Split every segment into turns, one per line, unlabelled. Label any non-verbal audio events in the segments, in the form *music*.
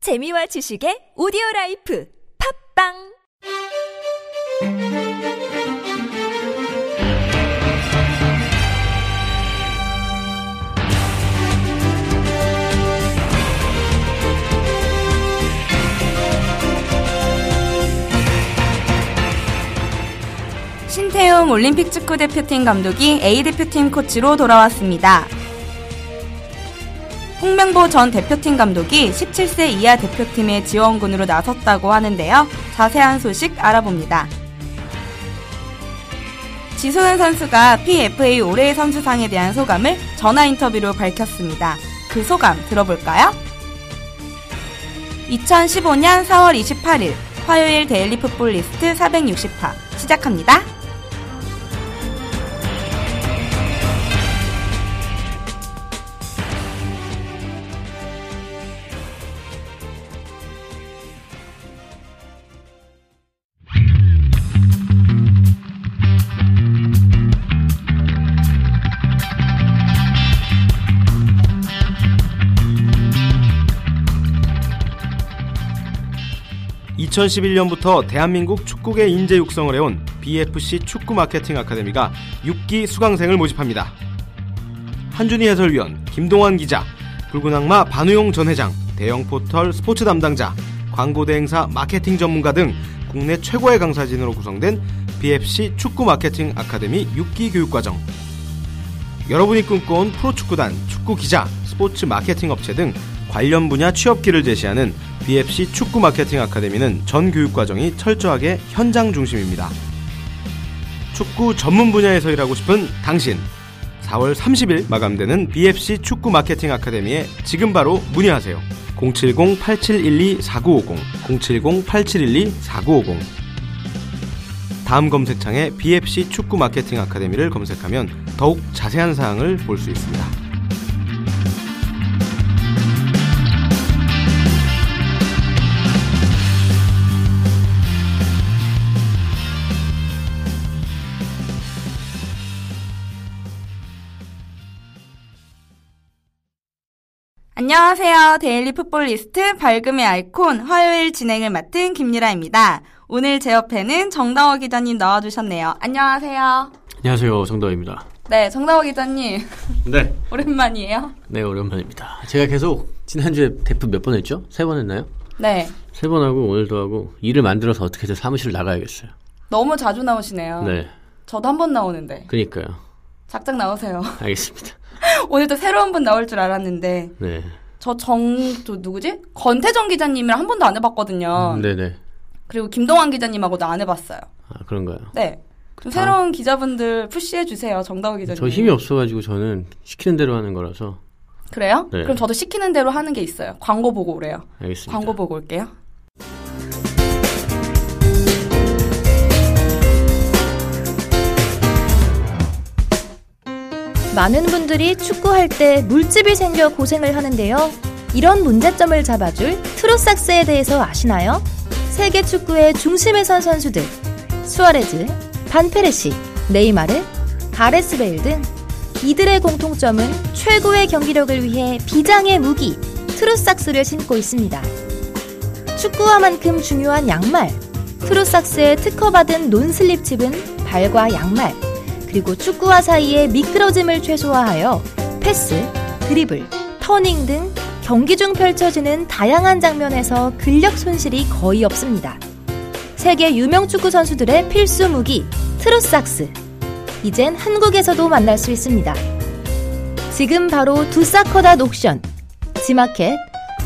재미와 지식의 오디오 라이프 팝빵
신태웅 올림픽 축구 대표팀 감독이 A 대표팀 코치로 돌아왔습니다. 홍명보 전 대표팀 감독이 17세 이하 대표팀의 지원군으로 나섰다고 하는데요. 자세한 소식 알아봅니다. 지소연 선수가 PFA 올해의 선수상에 대한 소감을 전화 인터뷰로 밝혔습니다. 그 소감 들어볼까요? 2015년 4월 28일 화요일 데일리 풋볼 리스트 460화 시작합니다.
이천십일 년부터 대한민국 축구계 인재 육성을 해온 BFC 축구 마케팅 아카데미가 6기 수강생을 모집합니다. 한준희 해설위원, 김동환 기자, 붉은 악마 반우용 전 회장, 대형 포털 스포츠 담당자, 광고 대행사 마케팅 전문가 등 국내 최고의 강사진으로 구성된 BFC 축구 마케팅 아카데미 6기 교육과정. 여러분이 꿈꿔온 프로축구단, 축구기자, 스포츠 마케팅 업체 등 관련 분야 취업기를 제시하는 BFC 축구 마케팅 아카데미는 전 교육과정이 철저하게 현장 중심입니다. 축구 전문 분야에서 일하고 싶은 당신. 4월 30일 마감되는 BFC 축구 마케팅 아카데미에 지금 바로 문의하세요. 070-8712-4950, 070-8712-4950. 다음 검색창에 BFC 축구 마케팅 아카데미를 검색하면 더욱 자세한 사항을 볼 수 있습니다.
안녕하세요. 데일리 풋볼 리스트 밝음의 아이콘 화요일 진행을 맡은 김유라입니다. 오늘 제 옆에는 정다워 기자님 나와주셨네요. 안녕하세요.
안녕하세요 정다입니다.
네, 정다워 기자님 *laughs*
네.
오랜만이에요.
네 오랜만입니다. 제가 계속 지난주에 대표 몇 번 했죠? 세 번 했나요?
네,
세 번 하고 오늘도 하고 일을 만들어서 어떻게든 사무실을 나가야겠어요.
너무 자주 나오시네요.
네.
저도 한 번 나오는데
그니까요.
작작 나오세요. *laughs*
알겠습니다.
오늘 또 새로운 분 나올 줄 알았는데
네.
저 정 저 누구지? 건태정 기자님이랑 한 번도 안 해봤거든요.
음, 네네.
그리고 김동완 기자님하고도 안 해봤어요.
아 그런가요?
네. 좀
다음.
새로운 기자분들 푸시해 주세요. 정다호 기자님.
아. 저 힘이 없어가지고 저는 시키는 대로 하는 거라서
그래요?
네.
그럼 저도 시키는 대로 하는 게 있어요. 광고 보고 오래요.
알겠습니다.
광고 보고 올게요.
많은 분들이 축구할 때 물집이 생겨 고생을 하는데요. 이런 문제점을 잡아줄 트로삭스에 대해서 아시나요? 세계 축구의 중심에 선 선수들 수아레즈, 반페레시, 네이마르, 가레스베일 등 이들의 공통점은 최고의 경기력을 위해 비장의 무기 트로삭스를 신고 있습니다. 축구화만큼 중요한 양말 트로삭스에 특허받은 논슬립 칩은 발과 양말 그리고 축구와 사이의 미끄러짐을 최소화하여 패스, 드리블, 터닝 등 경기 중 펼쳐지는 다양한 장면에서 근력 손실이 거의 없습니다. 세계 유명 축구 선수들의 필수 무기 트루삭스. 이젠 한국에서도 만날 수 있습니다. 지금 바로 두사커닷 옥션, 지마켓,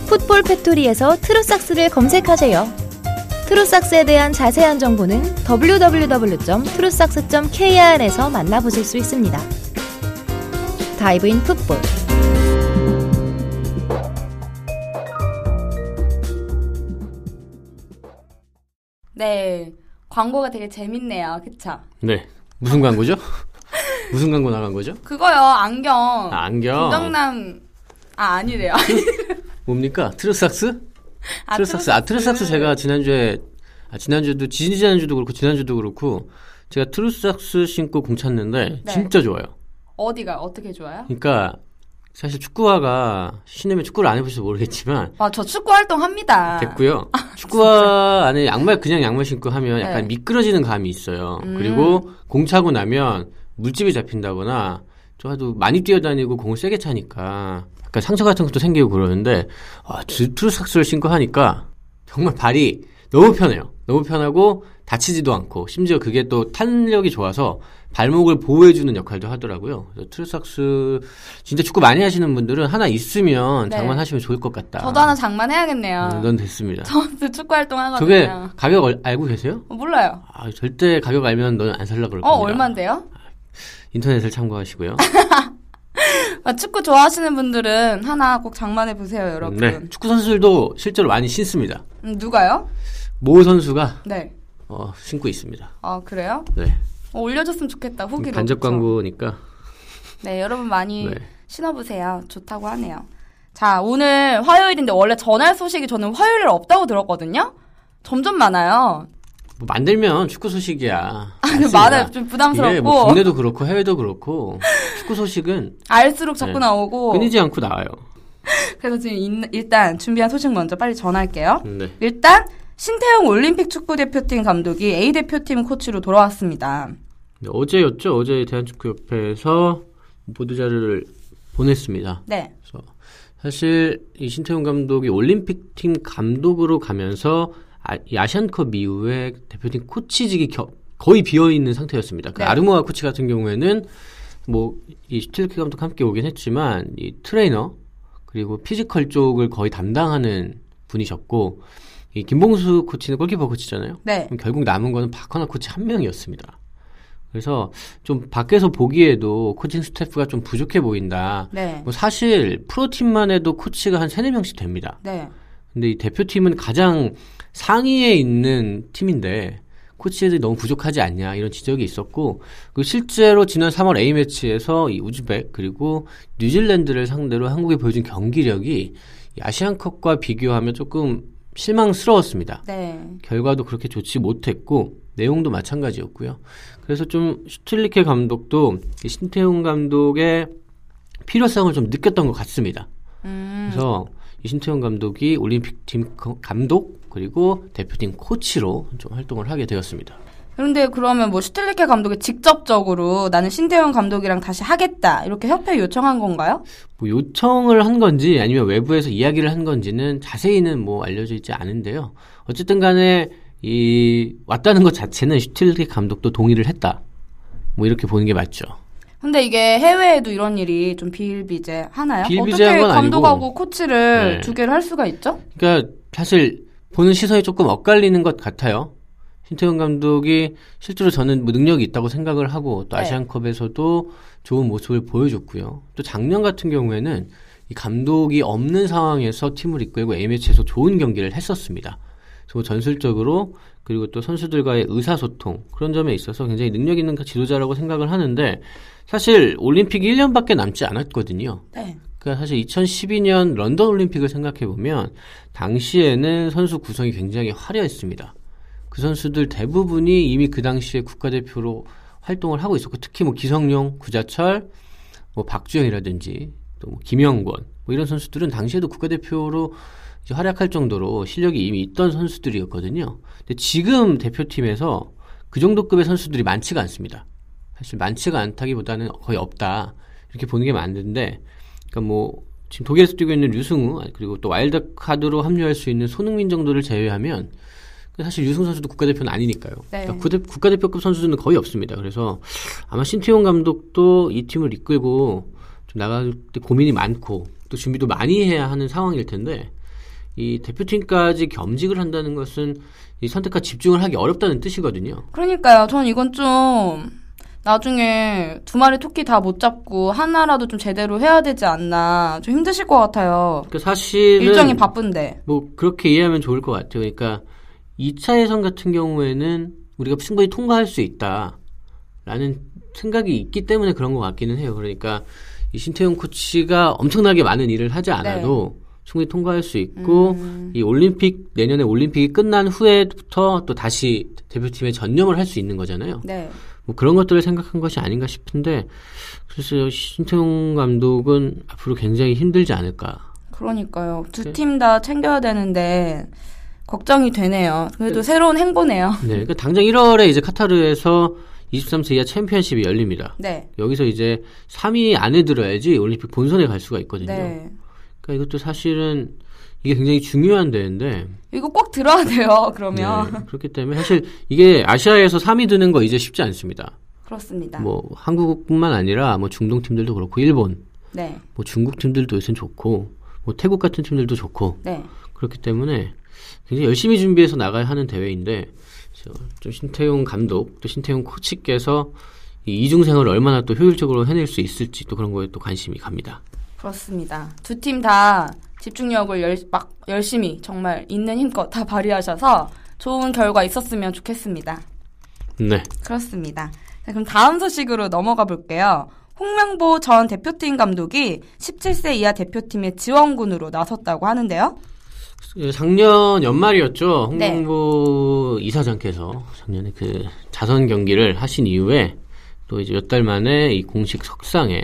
풋볼 팩토리에서 트루삭스를 검색하세요. 트루삭스에 대한 자세한 정보는 www.truesax.kr에서 만나보실 수 있습니다. 다이브인 풋볼
네. 광고가 되게 재밌네요. 그쵸?
네. 무슨 광고죠? 무슨 광고 나간 거죠?
그거요. 안경.
아, 안경. 그
김정남. 아, 아니래요.
뭡니까? 트루삭스?
아,
트루삭스. 아 트루삭스 제가 지난주에 아 지난주도 지난주도 그렇고 지난주도 그렇고 제가 트루삭스 신고 공 찼는데
네.
진짜 좋아요.
어디가 어떻게 좋아요?
그러니까 사실 축구화가 신으면 축구를 안 해보셔서 모르겠지만
아, 저 축구 활동합니다.
됐고요. *laughs* 축구화 안에 양말 그냥 양말 신고 하면 약간
아. 네. 음.
미끄러지는 감이 있어요. 그리고 공 차고 나면 물집이 잡힌다거나 저도 많이 뛰어다니고 공을 세게 차니까 약간 상처 같은 것도 생기고 그러는데 아, 트루삭스를 신고 하니까 정말 발이 너무 편해요. 너무 편하고 다치지도 않고 심지어 그게 또 탄력이 좋아서 발목을 보호해주는 역할도 하더라고요. 그래서 트루삭스 진짜 축구 많이 하시는 분들은 하나 있으면
네.
장만하시면 좋을 것 같다.
저도 하나 장만해야겠네요.
음, 넌 됐습니다.
*laughs* 저도 축구 활동하거든요. 어,
저게 가격 얼- 알고 계세요?
몰라요.
아, 절대 가격 알면 너는 안 살라 그럴
어,
겁니다.
얼만데요? *laughs*
인터넷을 참고하시고요.
아, 축구 좋아하시는 분들은 하나 꼭 장만해 보세요, 여러분.
네. 축구 선수들도 실제로 많이 신습니다.
음, 누가요?
모 선수가
네.
어, 신고 있습니다.
아, 그래요?
네.
어, 올려줬으면 좋겠다, 후기로.
음, 간접
그쵸?
광고니까.
네, 여러분 많이
네.
신어보세요. 좋다고 하네요. 자, 오늘 화요일인데 원래 전할 소식이 저는 화요일에 없다고 들었거든요? 점점 많아요.
뭐 만들면 축구
*laughs*
소식이야.
아,
맞습니다.
많아요. 좀
이게
부담스럽고.
뭐 국내도 그렇고 해외도 그렇고
*laughs*
축구 소식은
알수록 자꾸
네.
나오고.
끊이지 않고 나와요.
그래서 지금 인- 일단 준비한 소식 먼저 빨리 전할게요.
네.
일단, 신태용 올림픽 축구 대표팀 감독이 A 대표팀 코치로 돌아왔습니다.
네, 어제였죠. 어제 대한축구협회에서 보도 자료를 보냈습니다.
네.
그래서 사실 이 신태용 감독이 올림픽 팀 감독으로 가면서 아, 이 아시안컵 이후에 대표팀 코치직이 겨- 거의 비어 있는 상태였습니다. 그
네.
아르모아 코치 같은 경우에는 뭐 이 슈틸케 감독 함께 오긴 했지만 이 트레이너 그리고 피지컬 쪽을 거의 담당하는 분이셨고 이 김봉수 코치는 골키퍼 코치잖아요.
네.
그럼 결국 남은 거는 박헌아 코치 한 명이었습니다. 그래서 좀 밖에서 보기에도 코칭 스태프가 좀 부족해 보인다.
네.
뭐 사실 프로팀만 해도 코치가 한 세네 명씩 됩니다.
네.
근데 이 대표팀은 가장 상위에 있는 팀인데 코치들이 너무 부족하지 않냐 이런 지적이 있었고 그리고 실제로 지난 3월 A매치에서 이 우즈벡 그리고 뉴질랜드를 상대로 한국이 보여준 경기력이 이 아시안컵과 비교하면 조금 실망스러웠습니다.
네.
결과도 그렇게 좋지 못했고 내용도 마찬가지였고요. 그래서 좀 슈틸리케 감독도 이 신태용 감독의 필요성을 좀 느꼈던 것 같습니다. 그래서 이 신태용 감독이 올림픽 팀 거- 감독 그리고 대표팀 코치로 좀 활동을 하게 되었습니다.
그런데 그러면 뭐 슈틸리케 감독이 직접적으로 나는 신태용 감독이랑 다시 하겠다 이렇게 협회 요청한 건가요?
뭐 요청을 한 건지 아니면 외부에서 이야기를 한 건지는 자세히는 뭐 알려져 있지 않은데요. 어쨌든 간에 이 왔다는 것 자체는 슈틸리케 감독도 동의를 했다. 뭐 이렇게 보는 게 맞죠.
근데 이게 해외에도 이런 일이 좀 비일비재하나요?
비일비재한
어떻게
건 아니고.
감독하고 코치를
네.
두 개를 할 수가 있죠?
그러니까 사실 보는 시선이 조금 엇갈리는 것 같아요. 신태용 감독이 실제로 저는 뭐 능력이 있다고 생각을 하고 또
네.
아시안컵에서도 좋은 모습을 보여줬고요. 또 작년 같은 경우에는 이 감독이 없는 상황에서 팀을 이끌고 A매치에서 좋은 경기를 했었습니다. 그래서 전술적으로 그리고 또 선수들과의 의사소통 그런 점에 있어서 굉장히 능력 있는 지도자라고 생각을 하는데 사실 올림픽이 1년밖에 남지 않았거든요.
네.
그러니까 사실 2012년 런던 올림픽을 생각해 보면 당시에는 선수 구성이 굉장히 화려했습니다. 그 선수들 대부분이 이미 그 당시에 국가대표로 활동을 하고 있었고 특히 뭐 기성용, 구자철, 뭐 박주영이라든지 또뭐 김영권 뭐 이런 선수들은 당시에도 국가대표로 이제 활약할 정도로 실력이 이미 있던 선수들이었거든요. 근데 지금 대표팀에서 그 정도 급의 선수들이 많지가 않습니다. 사실 많지가 않다기보다는 거의 없다 이렇게 보는 게 맞는데 그러니까 뭐 지금 독일에서 뛰고 있는 류승우 아니, 그리고 또 와일드 카드로 합류할 수 있는 손흥민 정도를 제외하면 그 사실 류승우 선수도 국가대표는 아니니까요.
네.
그러니까 구대- 국가대표급 선수들은 거의 없습니다. 그래서 아마 신태용 감독도 이 팀을 이끌고 좀 나갈 때 고민이 많고 또 준비도 많이 해야 하는 상황일 텐데 이 대표팀까지 겸직을 한다는 것은 이 선택과 집중을 하기 어렵다는 뜻이거든요.
그러니까요. 전 이건 좀 나중에 두 마리 토끼 다 못 잡고 하나라도 좀 제대로 해야 되지 않나 좀 힘드실 것 같아요.
그러니까 사실은
일정이 바쁜데.
뭐 그렇게 이해하면 좋을 것 같아요. 그러니까 2차 예선 같은 경우에는 우리가 충분히 통과할 수 있다라는 생각이 있기 때문에 그런 것 같기는 해요. 그러니까 이 신태용 코치가 엄청나게 많은 일을 하지
네.
않아도 충분히 통과할 수 있고
음.
이 올림픽 내년에 올림픽이 끝난 후에부터 또 다시 대표팀에 전념을 할 수 있는 거잖아요.
네.
뭐 그런 것들을 생각한 것이 아닌가 싶은데 글쎄요 신태용 감독은 앞으로 굉장히 힘들지 않을까.
그러니까요. 두 팀 다 챙겨야 되는데 걱정이 되네요. 그래도 새로운 행보네요.
네, 그러니까 당장 1월에 이제 카타르에서 23세 이하 챔피언십이 열립니다.
네.
여기서 이제 3위 안에 들어야지 올림픽 본선에 갈 수가 있거든요.
네.
그러니까 이것도 사실은 이게 굉장히 중요한 대회인데
이거 꼭 들어야 돼요. 그러면
네, 그렇기 때문에 사실 이게 아시아에서 3위 드는 거 이제 쉽지 않습니다.
그렇습니다.
뭐 한국뿐만 아니라 뭐 중동 팀들도 그렇고 일본,
네.
뭐 중국 팀들도 요새 좋고 뭐 태국 같은 팀들도 좋고
네.
그렇기 때문에 굉장히 열심히 준비해서 나가야 하는 대회인데 그래서 좀 신태용 감독 또 신태용 코치께서 이 이중생활을 얼마나 또 효율적으로 해낼 수 있을지 또 그런 거에 또 관심이 갑니다.
그렇습니다. 두 팀 다 집중력을 열, 막 열심히 정말 있는 힘껏 다 발휘하셔서 좋은 결과 있었으면 좋겠습니다.
네.
그렇습니다. 자, 그럼 다음 소식으로 넘어가 볼게요. 홍명보 전 대표팀 감독이 17세 이하 대표팀의 지원군으로 나섰다고 하는데요.
그 작년 연말이었죠.
네.
홍명보 이사장께서 작년에 그 자선 경기를 하신 이후에 또 이제 몇 달 만에 이 공식 석상에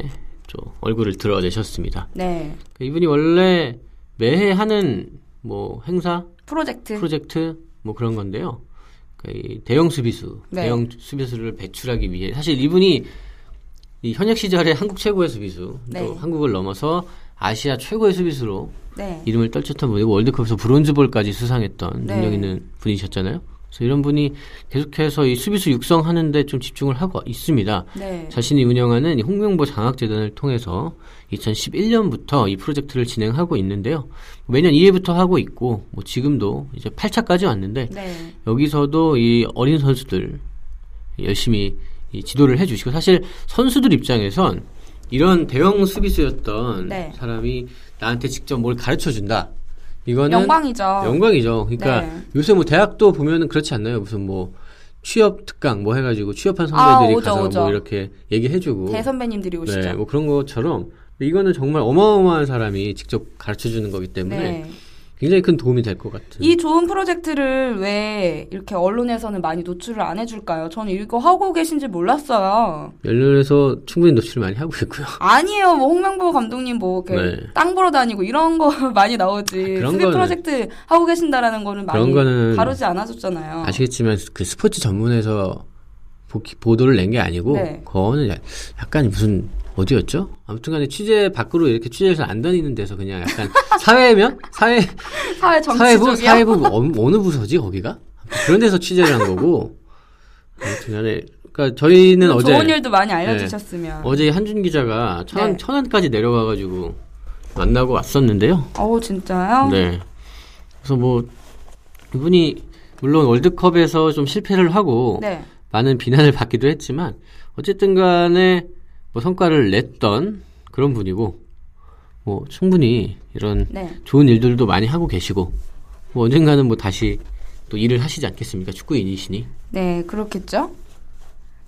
또 얼굴을 드러내셨습니다.
네.
그 이분이 원래 매해 하는 뭐 행사,
프로젝트.
프로젝트 뭐 그런 건데요. 그이 대형 수비수,
네.
대형 수비수를 배출하기 위해 사실 이분이 이 현역 시절에 한국 최고의 수비수,
네.
또 한국을 넘어서 아시아 최고의 수비수로
네.
이름을 떨쳤던 분이고 월드컵에서 브론즈볼까지 수상했던
네.
능력 있는 분이셨잖아요. 그래서 이런 분이 계속해서 이 수비수 육성하는데 좀 집중을 하고 있습니다.
네.
자신이 운영하는 이 홍명보 장학재단을 통해서 2011년부터 이 프로젝트를 진행하고 있는데요. 매년 2회부터 하고 있고 뭐 지금도 이제 8차까지 왔는데
네.
여기서도 이 어린 선수들 열심히 이 지도를 해주시고 사실 선수들 입장에선 이런 대형 수비수였던
네.
사람이 나한테 직접 뭘 가르쳐 준다. 이거는
영광이죠.
영광이죠. 그러니까
어. 네.
요새 뭐 대학도 보면은 그렇지 않나요? 무슨 뭐 취업 특강 뭐 해가지고 취업한
아,
선배들이
오죠,
가서
오죠.
뭐 이렇게 얘기해주고
대선배님들이 오시죠.
네, 뭐 그런 것처럼 이거는 정말 어마어마한 사람이 직접 가르쳐 주는 거기 때문에
네.
굉장히 큰 도움이 될 것 같은.
이 좋은 프로젝트를 왜 이렇게 언론에서는 많이 노출을 안 해줄까요? 저는 이거 하고 계신지 몰랐어요.
연륜에서 충분히 노출을 많이 하고 있고요.
아니에요. 뭐 홍명보 감독님 뭐 이렇게
네. 아,
땅 보러 다니고 이런 거 *laughs* 많이 나오지.
그런
수비
거는-
프로젝트 하고 계신다라는 거는 많이
그런 거는
다루지 않아줬잖아요.
아시겠지만 그 스포츠 전문에서 보, 보도를 낸 게 아니고
네.
그거는 야- 약간 무슨 어디였죠? 아무튼간에 취재 밖으로 이렇게 취재해서 안 다니는 데서 그냥 약간 사회면 사회
사회
사회부
정치적이요.
사회부 어, 느 부서지 거기가 그런 데서 취재를 한 거고 아무튼간에 그러니까 저희는 어제 네.
좋은 일도 많이 알려주셨으면.
어제 한준 기자가 천안
네.
천안까지 내려와가지고 만나고 왔었는데요.
어우 진짜요?
네. 그래서 뭐 이분이 물론 월드컵에서 좀 실패를 하고
네.
많은 비난을 받기도 했지만 어쨌든 간에 뭐 성과를 냈던 그런 분이고 뭐 충분히 이런
네.
좋은 일들도 많이 하고 계시고 뭐 언젠가는 뭐 다시 또 일을 하시지 않겠습니까 축구인이시니
네, 그렇겠죠.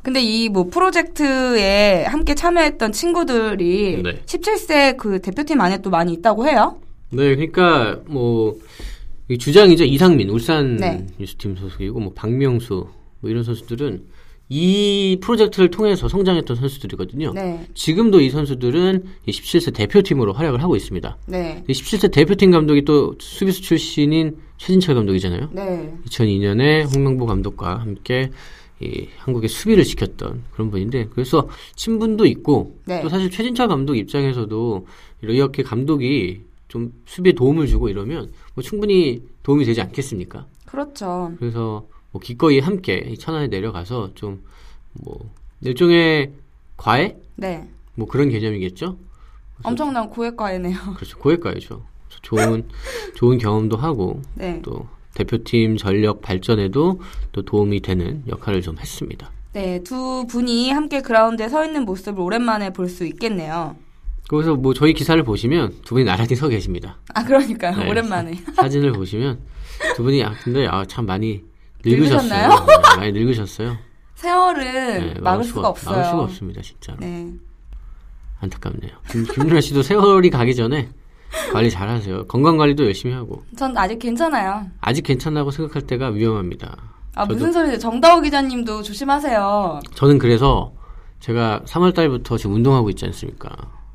근데 이 뭐 프로젝트에 함께 참여했던 친구들이
네.
17세 그 대표팀 안에 또 많이 있다고 해요.
네 그러니까 뭐이 주장이죠 이상민 울산
네.
유스팀 소속이고 뭐 박명수 뭐 이런 선수들은 이 프로젝트를 통해서 성장했던 선수들이거든요
네.
지금도 이 선수들은 이 17세 대표팀으로 활약을 하고 있습니다.
네.
이 17세 대표팀 감독이 또 수비수 출신인 최진철 감독이잖아요.
네.
2002년에 홍명보 감독과 함께 이 한국의 수비를 지켰던 그런 분인데 그래서 친분도 있고
네.
또 사실 최진철 감독 입장에서도 이렇게 감독이 좀 수비에 도움을 주고 이러면 뭐 충분히 도움이 되지 않겠습니까?
그렇죠.
그래서 뭐 기꺼이 함께 이 천안에 내려가서 좀 뭐 일종의 과외
네.
뭐 그런 개념이겠죠.
엄청난 고액과이네요.
그렇죠. 고액가이죠. 그래서 좋은 좋은 경험도 하고
네.
또 대표팀 전력 발전에도 또 도움이 되는 역할을 좀 했습니다.
네, 두 분이 함께 그라운드에 서 있는 모습을 오랜만에 볼 수 있겠네요.
거기서 뭐 저희 기사를 보시면 두 분이 나란히 서 계십니다.
아, 그러니까요.
네.
오랜만에.
사진을 보시면 두 분이 아 근데 아 참 많이
늙으셨나요?
늙으셨어요. 네, 많이
*laughs*
늙으셨어요.
세월은
네,
막을, 수가 없어요.
막을 수가 없습니다, 진짜로.
네.
안타깝네요. 김, 김윤아 씨도 세월이 가기 전에 관리 잘하세요. 건강 관리도 열심히 하고
전 아직 괜찮아요.
아직 괜찮다고 생각할 때가 위험합니다.
아
저도-
무슨 소리세요? 정다호 기자님도 조심하세요.
저는 그래서 제가 3월 달부터 지금 운동하고 있지 않습니까?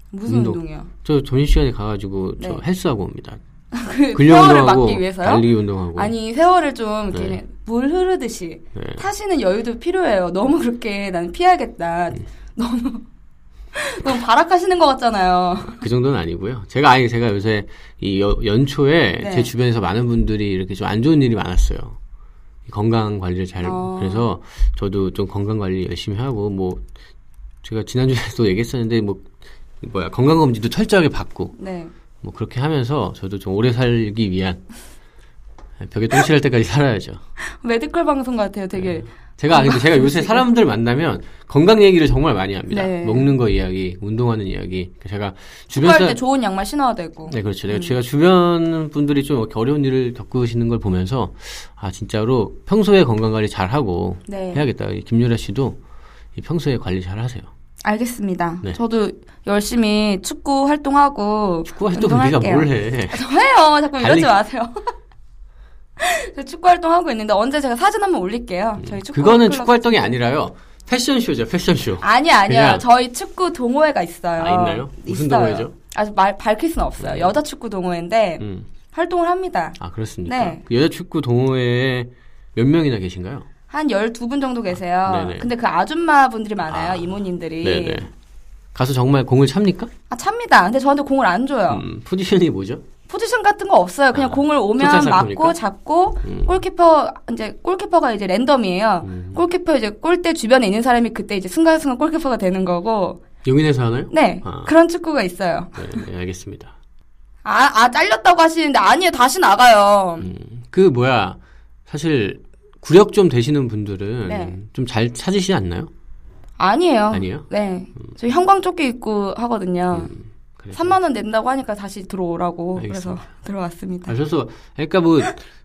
무슨
운동.
운동이요?
저 점심시간에 가가지고 저
네.
헬스하고 옵니다.
그
근력
세월을
운동하고
막기 위해서요?
달리기 운동하고.
아니 세월을 좀 이렇게
네.
물 흐르듯이
네.
타시는 여유도 필요해요. 너무 그렇게 난 피하겠다.
네.
너무 너무 발악하시는 것 같잖아요.
그 정도는 아니고요. 제가 아니 제가 요새 이 여- 연초에
네.
제 주변에서 많은 분들이 이렇게 좀 안 좋은 일이 많았어요. 이 건강 관리를 잘
어.
그래서 저도 좀 건강 관리 열심히 하고 뭐 제가 지난주에도 *laughs* 얘기했었는데 뭐 뭐야 건강 검진도 철저하게 받고
네.
뭐 그렇게 하면서 저도 좀 오래 살기 위한 벽에 똥칠할 때까지 살아야죠.
메디컬 방송 같아요.
네.
되게
제가 근데 제가 요새 사람들 만나면 건강 얘기를 정말 많이 합니다.
네.
먹는 거 이야기, 운동하는 이야기. 제가 주변
축구할
사람
때 좋은 양말 신어야 되고.
네, 그렇죠. 내가 제가 주변 분들이 좀 이렇게 어려운 일을 겪으시는 걸 보면서 아 진짜로 평소에 건강 관리 잘 하고
네.
해야겠다. 이 김유라 씨도 이 평소에 관리 잘 하세요.
알겠습니다.
네.
저도 열심히 축구 활동하고
축구 활동 네가
운동할게요. *laughs*
뭘 해?
저예요. 자꾸 이러지
달리기.
마세요. *laughs* 저 축구 활동하고 있는데 언제 제가 사진 한번 올릴게요. 저희 축구
네. 그거는
홈클럽
축구 활동이 아니라요. 패션 쇼죠, 패션 쇼.
아니 아니요.
그냥-
저희 축구 동호회가 있어요.
아, 있나요? 무슨
있어요.
동호회죠?
아직 말 밝힐 수는 없어요. 여자 축구 동호회인데
음,
활동을 합니다.
아 그렇습니까?
네.
그 여자 축구 동호회에 몇 명이나 계신가요?
한 12분 정도 계세요.
아, 네네.
근데 그 아줌마분들이 많아요.
아,
이모님들이.
네, 네. 가서 정말 공을 찹니까?
아 찹니다. 근데 저한테 공을 안 줘요.
음, 포지션이 뭐죠?
포지션 같은 거 없어요. 그냥
아,
공을 오면
투타살
맞고
겁니까?
잡고
음.
골키퍼 이제 골키퍼가 이제 랜덤이에요. 골키퍼 이제 골대 주변에 있는 사람이 그때 이제 순간순간 골키퍼가 되는 거고.
용인에서 하나요?
네.
아.
그런 축구가 있어요.
네, 네, 알겠습니다.
아, 아 잘렸다고 하시는데 아니에요. 다시 나가요.
그 뭐야 사실 구력 좀 되시는 분들은
네.
좀 잘 찾으시지 않나요?
아니에요.
아니에요? 음.
네. 저 형광조끼 입고 하거든요.
그래서.
3만 원 낸다고 하니까 다시 들어오라고 그래서
음. 알겠습니다.
들어왔습니다.
아, 그래서 그러니까 뭐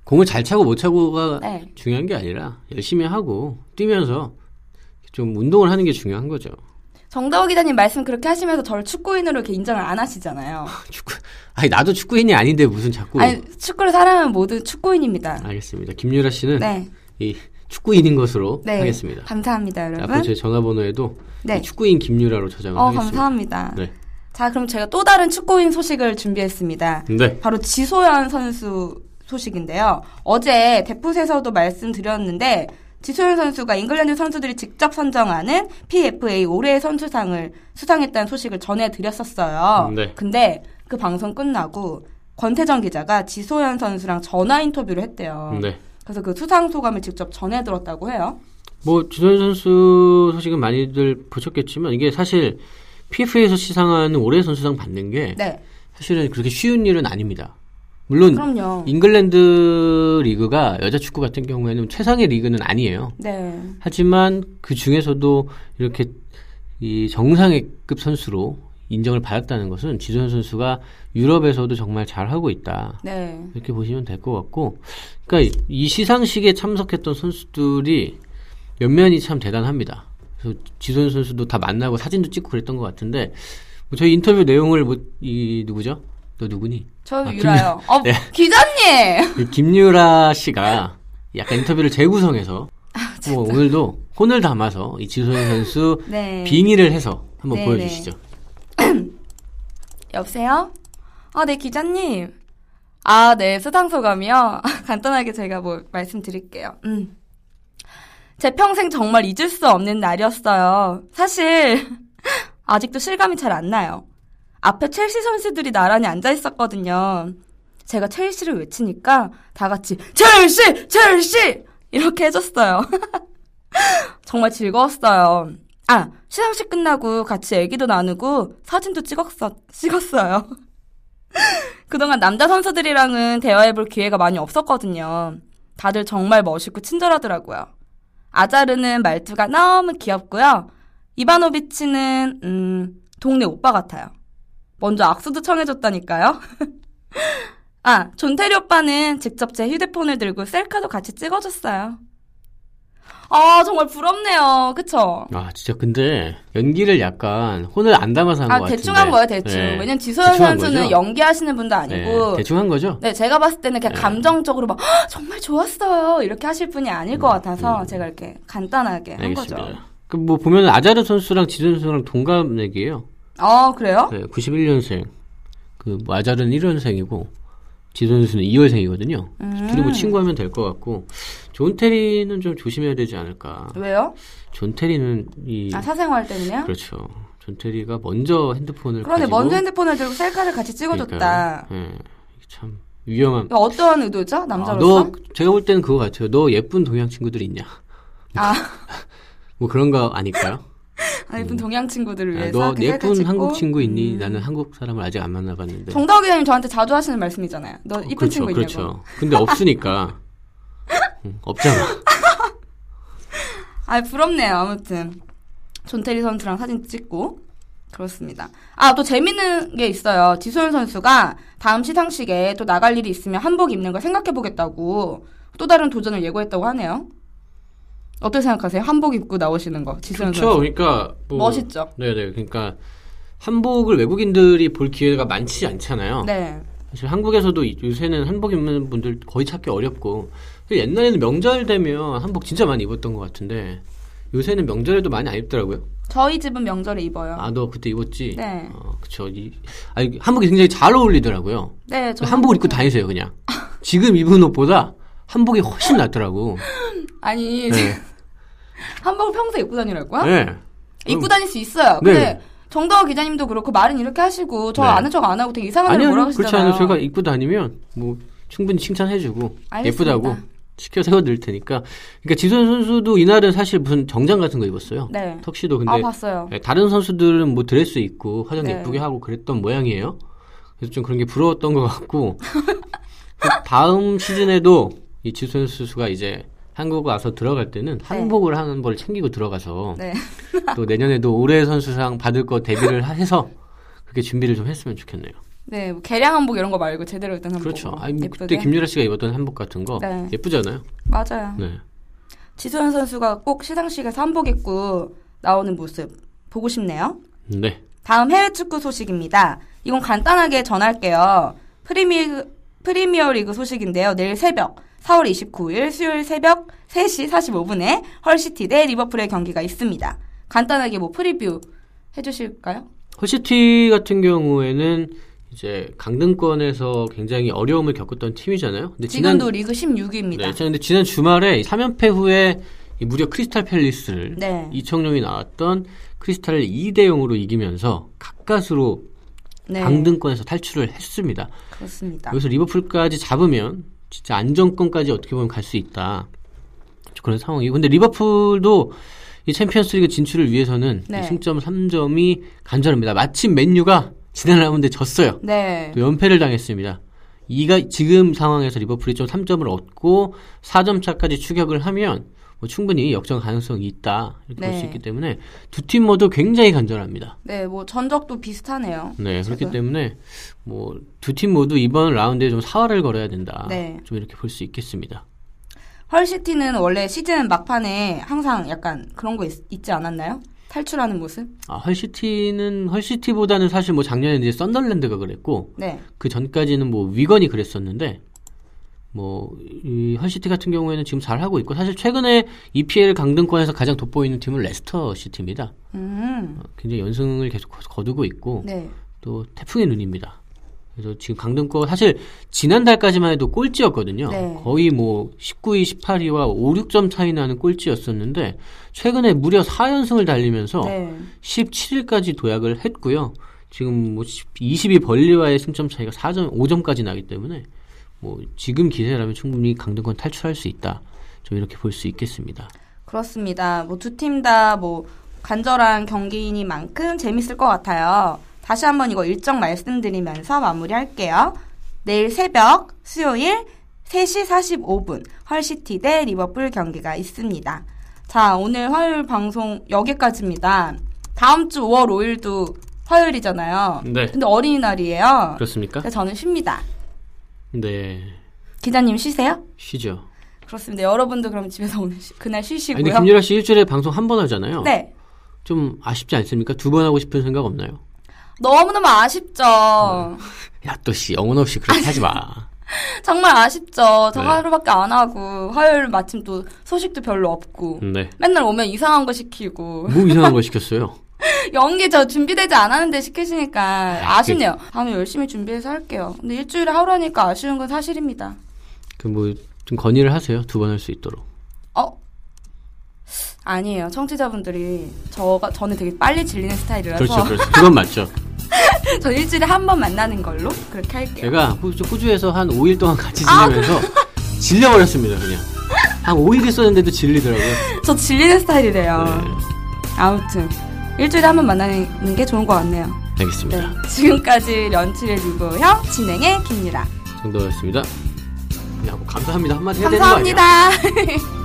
공을 잘 차고 못 차고가
네.
중요한 게 아니라 열심히 하고 뛰면서 좀 운동을 하는 게 중요한 거죠.
정다호 기자님 말씀 그렇게 하시면서 저를 축구인으로 이렇게 인정을 안 하시잖아요.
축구 아니 나도 축구인이 아, 아닌데 무슨 자꾸
아니 축구를 사랑하는 모든 축구인입니다.
알겠습니다. 김유라 씨는
네.
이 축구인인 것으로
네.
하겠습니다.
감사합니다,
앞으로
여러분.
제 전화번호에도
네.
이 축구인 김유라로 저장을
어,
하겠습니다.
감사합니다.
네.
자, 그럼 제가 또 다른 축구인 소식을 준비했습니다.
네.
바로 지소연 선수 소식인데요. 어제 데프에서도 말씀드렸는데 지소연 선수가 잉글랜드 선수들이 직접 선정하는 PFA 올해의 선수상을 수상했다는 소식을 전해드렸었어요.
네.
근데 그 방송 끝나고 권태정 기자가 지소연 선수랑 전화 인터뷰를 했대요.
네.
그래서 그 수상 소감을 직접 전해들었다고 해요.
뭐 주전 선수 소식은 많이들 보셨겠지만 이게 사실 PFA에서 시상하는 올해 선수상 받는 게
네,
사실은 그렇게 쉬운 일은 아닙니다. 물론
그럼요.
잉글랜드 리그가 여자 축구 같은 경우에는 최상의 리그는 아니에요.
네,
하지만 그 중에서도 이렇게 이 정상의급 선수로 인정을 받았다는 것은 지선 선수가 유럽에서도 정말 잘하고 있다.
네.
이렇게 보시면 될 것 같고, 그러니까 이 시상식에 참석했던 선수들이 몇몇이 참 대단합니다. 그래서 지선 선수도 다 만나고 사진도 찍고 그랬던 것 같은데, 뭐 저희 인터뷰 내용을 뭐, 이 누구죠? 너 누구니?
저
아,
유라요. 어,
네.
기자님!
이 김유라 씨가 약간 인터뷰를 재구성해서
아,
뭐 오늘도 혼을 담아서 이 지선 선수
네.
빙의를 해서 한번
네,
보여주시죠.
여보세요? 아, 네, 기자님. 아, 네, 수상 소감이요? *laughs* 간단하게 제가 뭐 말씀드릴게요. 음. 제 평생 정말 잊을 수 없는 날이었어요. 사실, *laughs* 아직도 실감이 잘 안 나요. 앞에 첼시 선수들이 나란히 앉아 있었거든요. 제가 첼시를 외치니까 다 같이, 첼시! 첼시! 이렇게 해줬어요. *laughs* 정말 즐거웠어요. 아, 시상식 끝나고 같이 얘기도 나누고 사진도 찍었어, 찍었어요. 그동안 남자 선수들이랑은 대화해볼 기회가 많이 없었거든요. 다들 정말 멋있고 친절하더라고요. 아자르는 말투가 너무 귀엽고요. 이바노비치는, 음, 동네 오빠 같아요. 먼저 악수도 청해줬다니까요. *laughs* 아, 존테리 오빠는 직접 제 휴대폰을 들고 셀카도 같이 찍어줬어요. 아, 정말 부럽네요. 그쵸?
아 진짜 근데 연기를 약간 혼을 안 담아서 한 것
아,
같은데.
대충 한 거예요, 대충.
네.
왜냐면 지소연
대충 한
선수는
거죠?
연기하시는 분도
네,
아니고.
대충 한 거죠?
네, 제가 봤을 때는 그냥 감정적으로 막, "헉, 정말 좋았어요. 이렇게 하실 분이 아닐 것 같아서 제가 이렇게 간단하게 한 거죠.
음. 알겠습니다. 그 뭐 보면 아자르 선수랑 지선 선수랑 동갑내기예요.
아, 그래요?
네, 91년생. 그뭐 아자르는 1년생이고 지선 선수는 2월생이거든요. 둘이
음.
뭐 친구하면 될 것 같고 존 테리는 좀 조심해야 되지 않을까.
왜요?
존 테리는 그 이
아, 사생활 때문에요?
그렇죠. 존 테리가 먼저 핸드폰을
그런데
가지고
먼저 핸드폰을 들고 셀카를 같이 찍어줬다.
그러니까요. 예. 이게 참 위험한.
이거 어떠한 의도죠?
아,
남자로서?
너 제가 볼 때는 그거 같아요. 너 예쁜 동양 친구들 있냐?
아.
뭐 그런 거 아닐까요?
*laughs* 아, 예쁜 동양 친구들을
그 아,
위해서
너
이렇게 셀카
예쁜
찍고.
한국 친구 있니?
음.
나는 한국 사람을 아직 안 만나봤는데.
정다호 기자님 저한테 자주 하시는 말씀이잖아요. 너 이쁜
그렇죠,
친구 있냐고.
그렇죠.
*laughs*
근데 없으니까. 음, 없잖아.
아 부럽네요. 아무튼 존테리 선수랑 사진 찍고 그렇습니다. 아 또 재밌는 게 있어요. 지소연 선수가 다음 시상식에 또 나갈 일이 있으면 한복 입는 걸 생각해 보겠다고 또 다른 도전을 예고했다고 하네요. 어떻게 생각하세요? 한복 입고 나오시는 거 지소연
그렇죠.
선수
그러니까 뭐-
멋있죠.
네네. 그러니까 한복을 외국인들이 볼 기회가 많지 않잖아요.
네.
사실 한국에서도 이- 요새는 한복 입는 분들 거의 찾기 어렵고 근데 옛날에는 명절 되면 한복 진짜 많이 입었던 것 같은데 요새는 명절에도 많이 안 입더라고요.
저희 집은 명절에 입어요.
아 너 그때 입었지?
네.
어, 그쵸. 이, 아니 한복이 굉장히 잘 어울리더라고요.
네, 저
한복을 입고 다니세요 그냥. 지금 입은 옷보다 한복이 훨씬 낫더라고.
아니
네.
*laughs* 한복을 평소에 입고 다니라고요?
네.
입고 다닐 수 있어요.
네.
근데 정다호 기자님도 그렇고 말은 이렇게 하시고 저
네.
아는 척 안 하고 되게 이상한 걸
아니요,
뭐라고
그렇지
하시잖아요.
않아요. 제가 입고 다니면 뭐 충분히 칭찬해주고
알겠습니다.
예쁘다고 시켜 세워드릴 테니까. 그러니까 지선 선수도 이날은 사실 무슨 정장 같은 거 입었어요.
네.
턱시도 근데
아 봤어요.
예, 다른 선수들은 뭐 드레스 입고 화장
네.
예쁘게 하고 그랬던 모양이에요. 그래서 좀 그런 게 부러웠던 것 같고 *laughs* 그 다음 시즌에도 이 지선 선수가 이제 한국 와서 들어갈 때는 한복을 하는 벌 챙기고 들어가서
네.
*laughs* 또 내년에도 올해 선수상 받을 거 대비를 하- 해서 그렇게 준비를 좀 했으면 좋겠네요.
네, 뭐 개량 한복 이런 거 말고 제대로 입된 한복.
그렇죠. 아니, 뭐
예쁘게.
그때 김유라 씨가 입었던 한복 같은 거
네.
예쁘잖아요.
맞아요.
네.
지소연 선수가 꼭 시상식에서 한복 입고 나오는 모습 보고 싶네요.
네.
다음 해외 축구 소식입니다. 이건 간단하게 전할게요. 프리미, 프리미어 리그 소식인데요. 내일 새벽, 4월 29일 수요일 새벽 3시 45분에 헐시티 대 리버풀의 경기가 있습니다. 간단하게 뭐 프리뷰 해주실까요?
헐시티 같은 경우에는 이제 강등권에서 굉장히 어려움을 겪었던 팀이잖아요. 근데 지난
지금도 리그 16위입니다.
네, 근데 지난 주말에 3연패 후에 이 무려 크리스탈 팰리스를
네.
이청용이 나왔던 크리스탈을 2대 0으로 이기면서 가까스로 강등권에서 탈출을 했습니다.
네, 그렇습니다.
여기서 리버풀까지 잡으면 진짜 안정권까지 어떻게 보면 갈 수 있다. 그런 상황이고 근데 리버풀도 이 챔피언스리그 진출을 위해서는
네.
이 승점 3점이 간절합니다. 마침 맨유가 지난 라운드에 졌어요.
네.
또 연패를 당했습니다. 이가 지금 상황에서 리버풀이 좀 3점을 얻고 4점 차까지 추격을 하면 뭐 충분히 역전 가능성이 있다 이렇게 볼
네.
수 있기 때문에 두 팀 모두 굉장히 간절합니다.
네, 뭐 전적도 비슷하네요.
네, 그렇기
지금.
때문에 뭐 두 팀 모두 이번 라운드에 좀 사활을 걸어야 된다.
네.
좀 이렇게 볼 수 있겠습니다.
헐시티는 원래 시즌 막판에 항상 약간 그런 거 있, 지 않았나요? 탈출하는 모습?
아, 헐시티는 헐시티보다는 사실 뭐 작년에 이제 썬덜랜드가 그랬고
네.
그 전까지는 뭐 위건이 그랬었는데 뭐이 헐시티 같은 경우에는 지금 잘 하고 있고 사실 최근에 EPL 강등권에서 가장 돋보이는 팀은 레스터 시티입니다.
음.
어, 굉장히 연승을 계속 거- 거두고 있고
네.
또 태풍의 눈입니다. 그래서 지금 강등권 사실 지난달까지만 해도 꼴찌였거든요.
네.
거의 뭐 19위, 18위와 5, 6점 차이 나는 꼴찌였었는데 최근에 무려 4연승을 달리면서
네.
17위까지 도약을 했고요. 지금 뭐 20위 벌리와의 승점 차이가 4점, 5점까지 나기 때문에 뭐 지금 기세라면 충분히 강등권 탈출할 수 있다. 좀 이렇게 볼 수 있겠습니다.
그렇습니다. 뭐 두 팀 다 뭐 간절한 경기이니만큼 재밌을 것 같아요. 다시 한번 이거 일정 말씀드리면서 마무리할게요. 내일 새벽 수요일 3시 45분 헐시티 대 리버풀 경기가 있습니다. 자, 오늘 화요일 방송 여기까지입니다. 다음 주 5월 5일도 화요일이잖아요.
네.
근데
그렇죠?
어린이날이에요.
그렇습니까?
그래서 저는 쉽니다.
네.
기자님 쉬세요?
쉬죠.
그렇습니다. 여러분도 그럼 집에서 오늘 쉬- 그날 쉬시고요.
아니, 근데 김유라 씨 일주일에 방송 한 번 하잖아요.
네.
좀 아쉽지 않습니까? 두 번 하고 싶은 생각 없나요?
너무너무 아쉽죠.
야, 또 씨, 영혼 없이 그렇게 하지 마.
정말 아쉽죠. 저
네.
하루밖에 안 하고 화요일 마침 또 소식도 별로 없고
*laughs* 네.
맨날 오면 이상한 거 시키고
뭐 이상한 걸 시켰어요?
연기 저 준비되지 않았는데 시키시니까 아쉽네요. 다음에 열심히 준비해서 할게요. 근데 일주일에 하루 하니까 아쉬운 건 사실입니다.
그 뭐 좀 건의를 하세요. 두 번 할 수 있도록.
어? 아니에요. 청취자분들이 저가 저는 되게 빨리 질리는 스타일이라서
그렇죠, 그렇죠. 그건 맞죠.
*laughs* 저 일주일에 한 번 만나는 걸로 그렇게 할게요.
제가 호주- 호주에서 한 5일 동안 같이 지내면서 질려버렸습니다, 그냥. 한 5일 있었는데도 질리더라고요.
저 질리는 스타일이래요.
네,
아무튼 일주일에 한 번 만나는 게 좋은 것 같네요. 네.
알겠습니다.
지금까지 런치를 유보형 진행의 김유라.
정도였습니다. 야, 뭐 감사합니다. 네, 한마디 해야 되는 거 아니야?
감사합니다.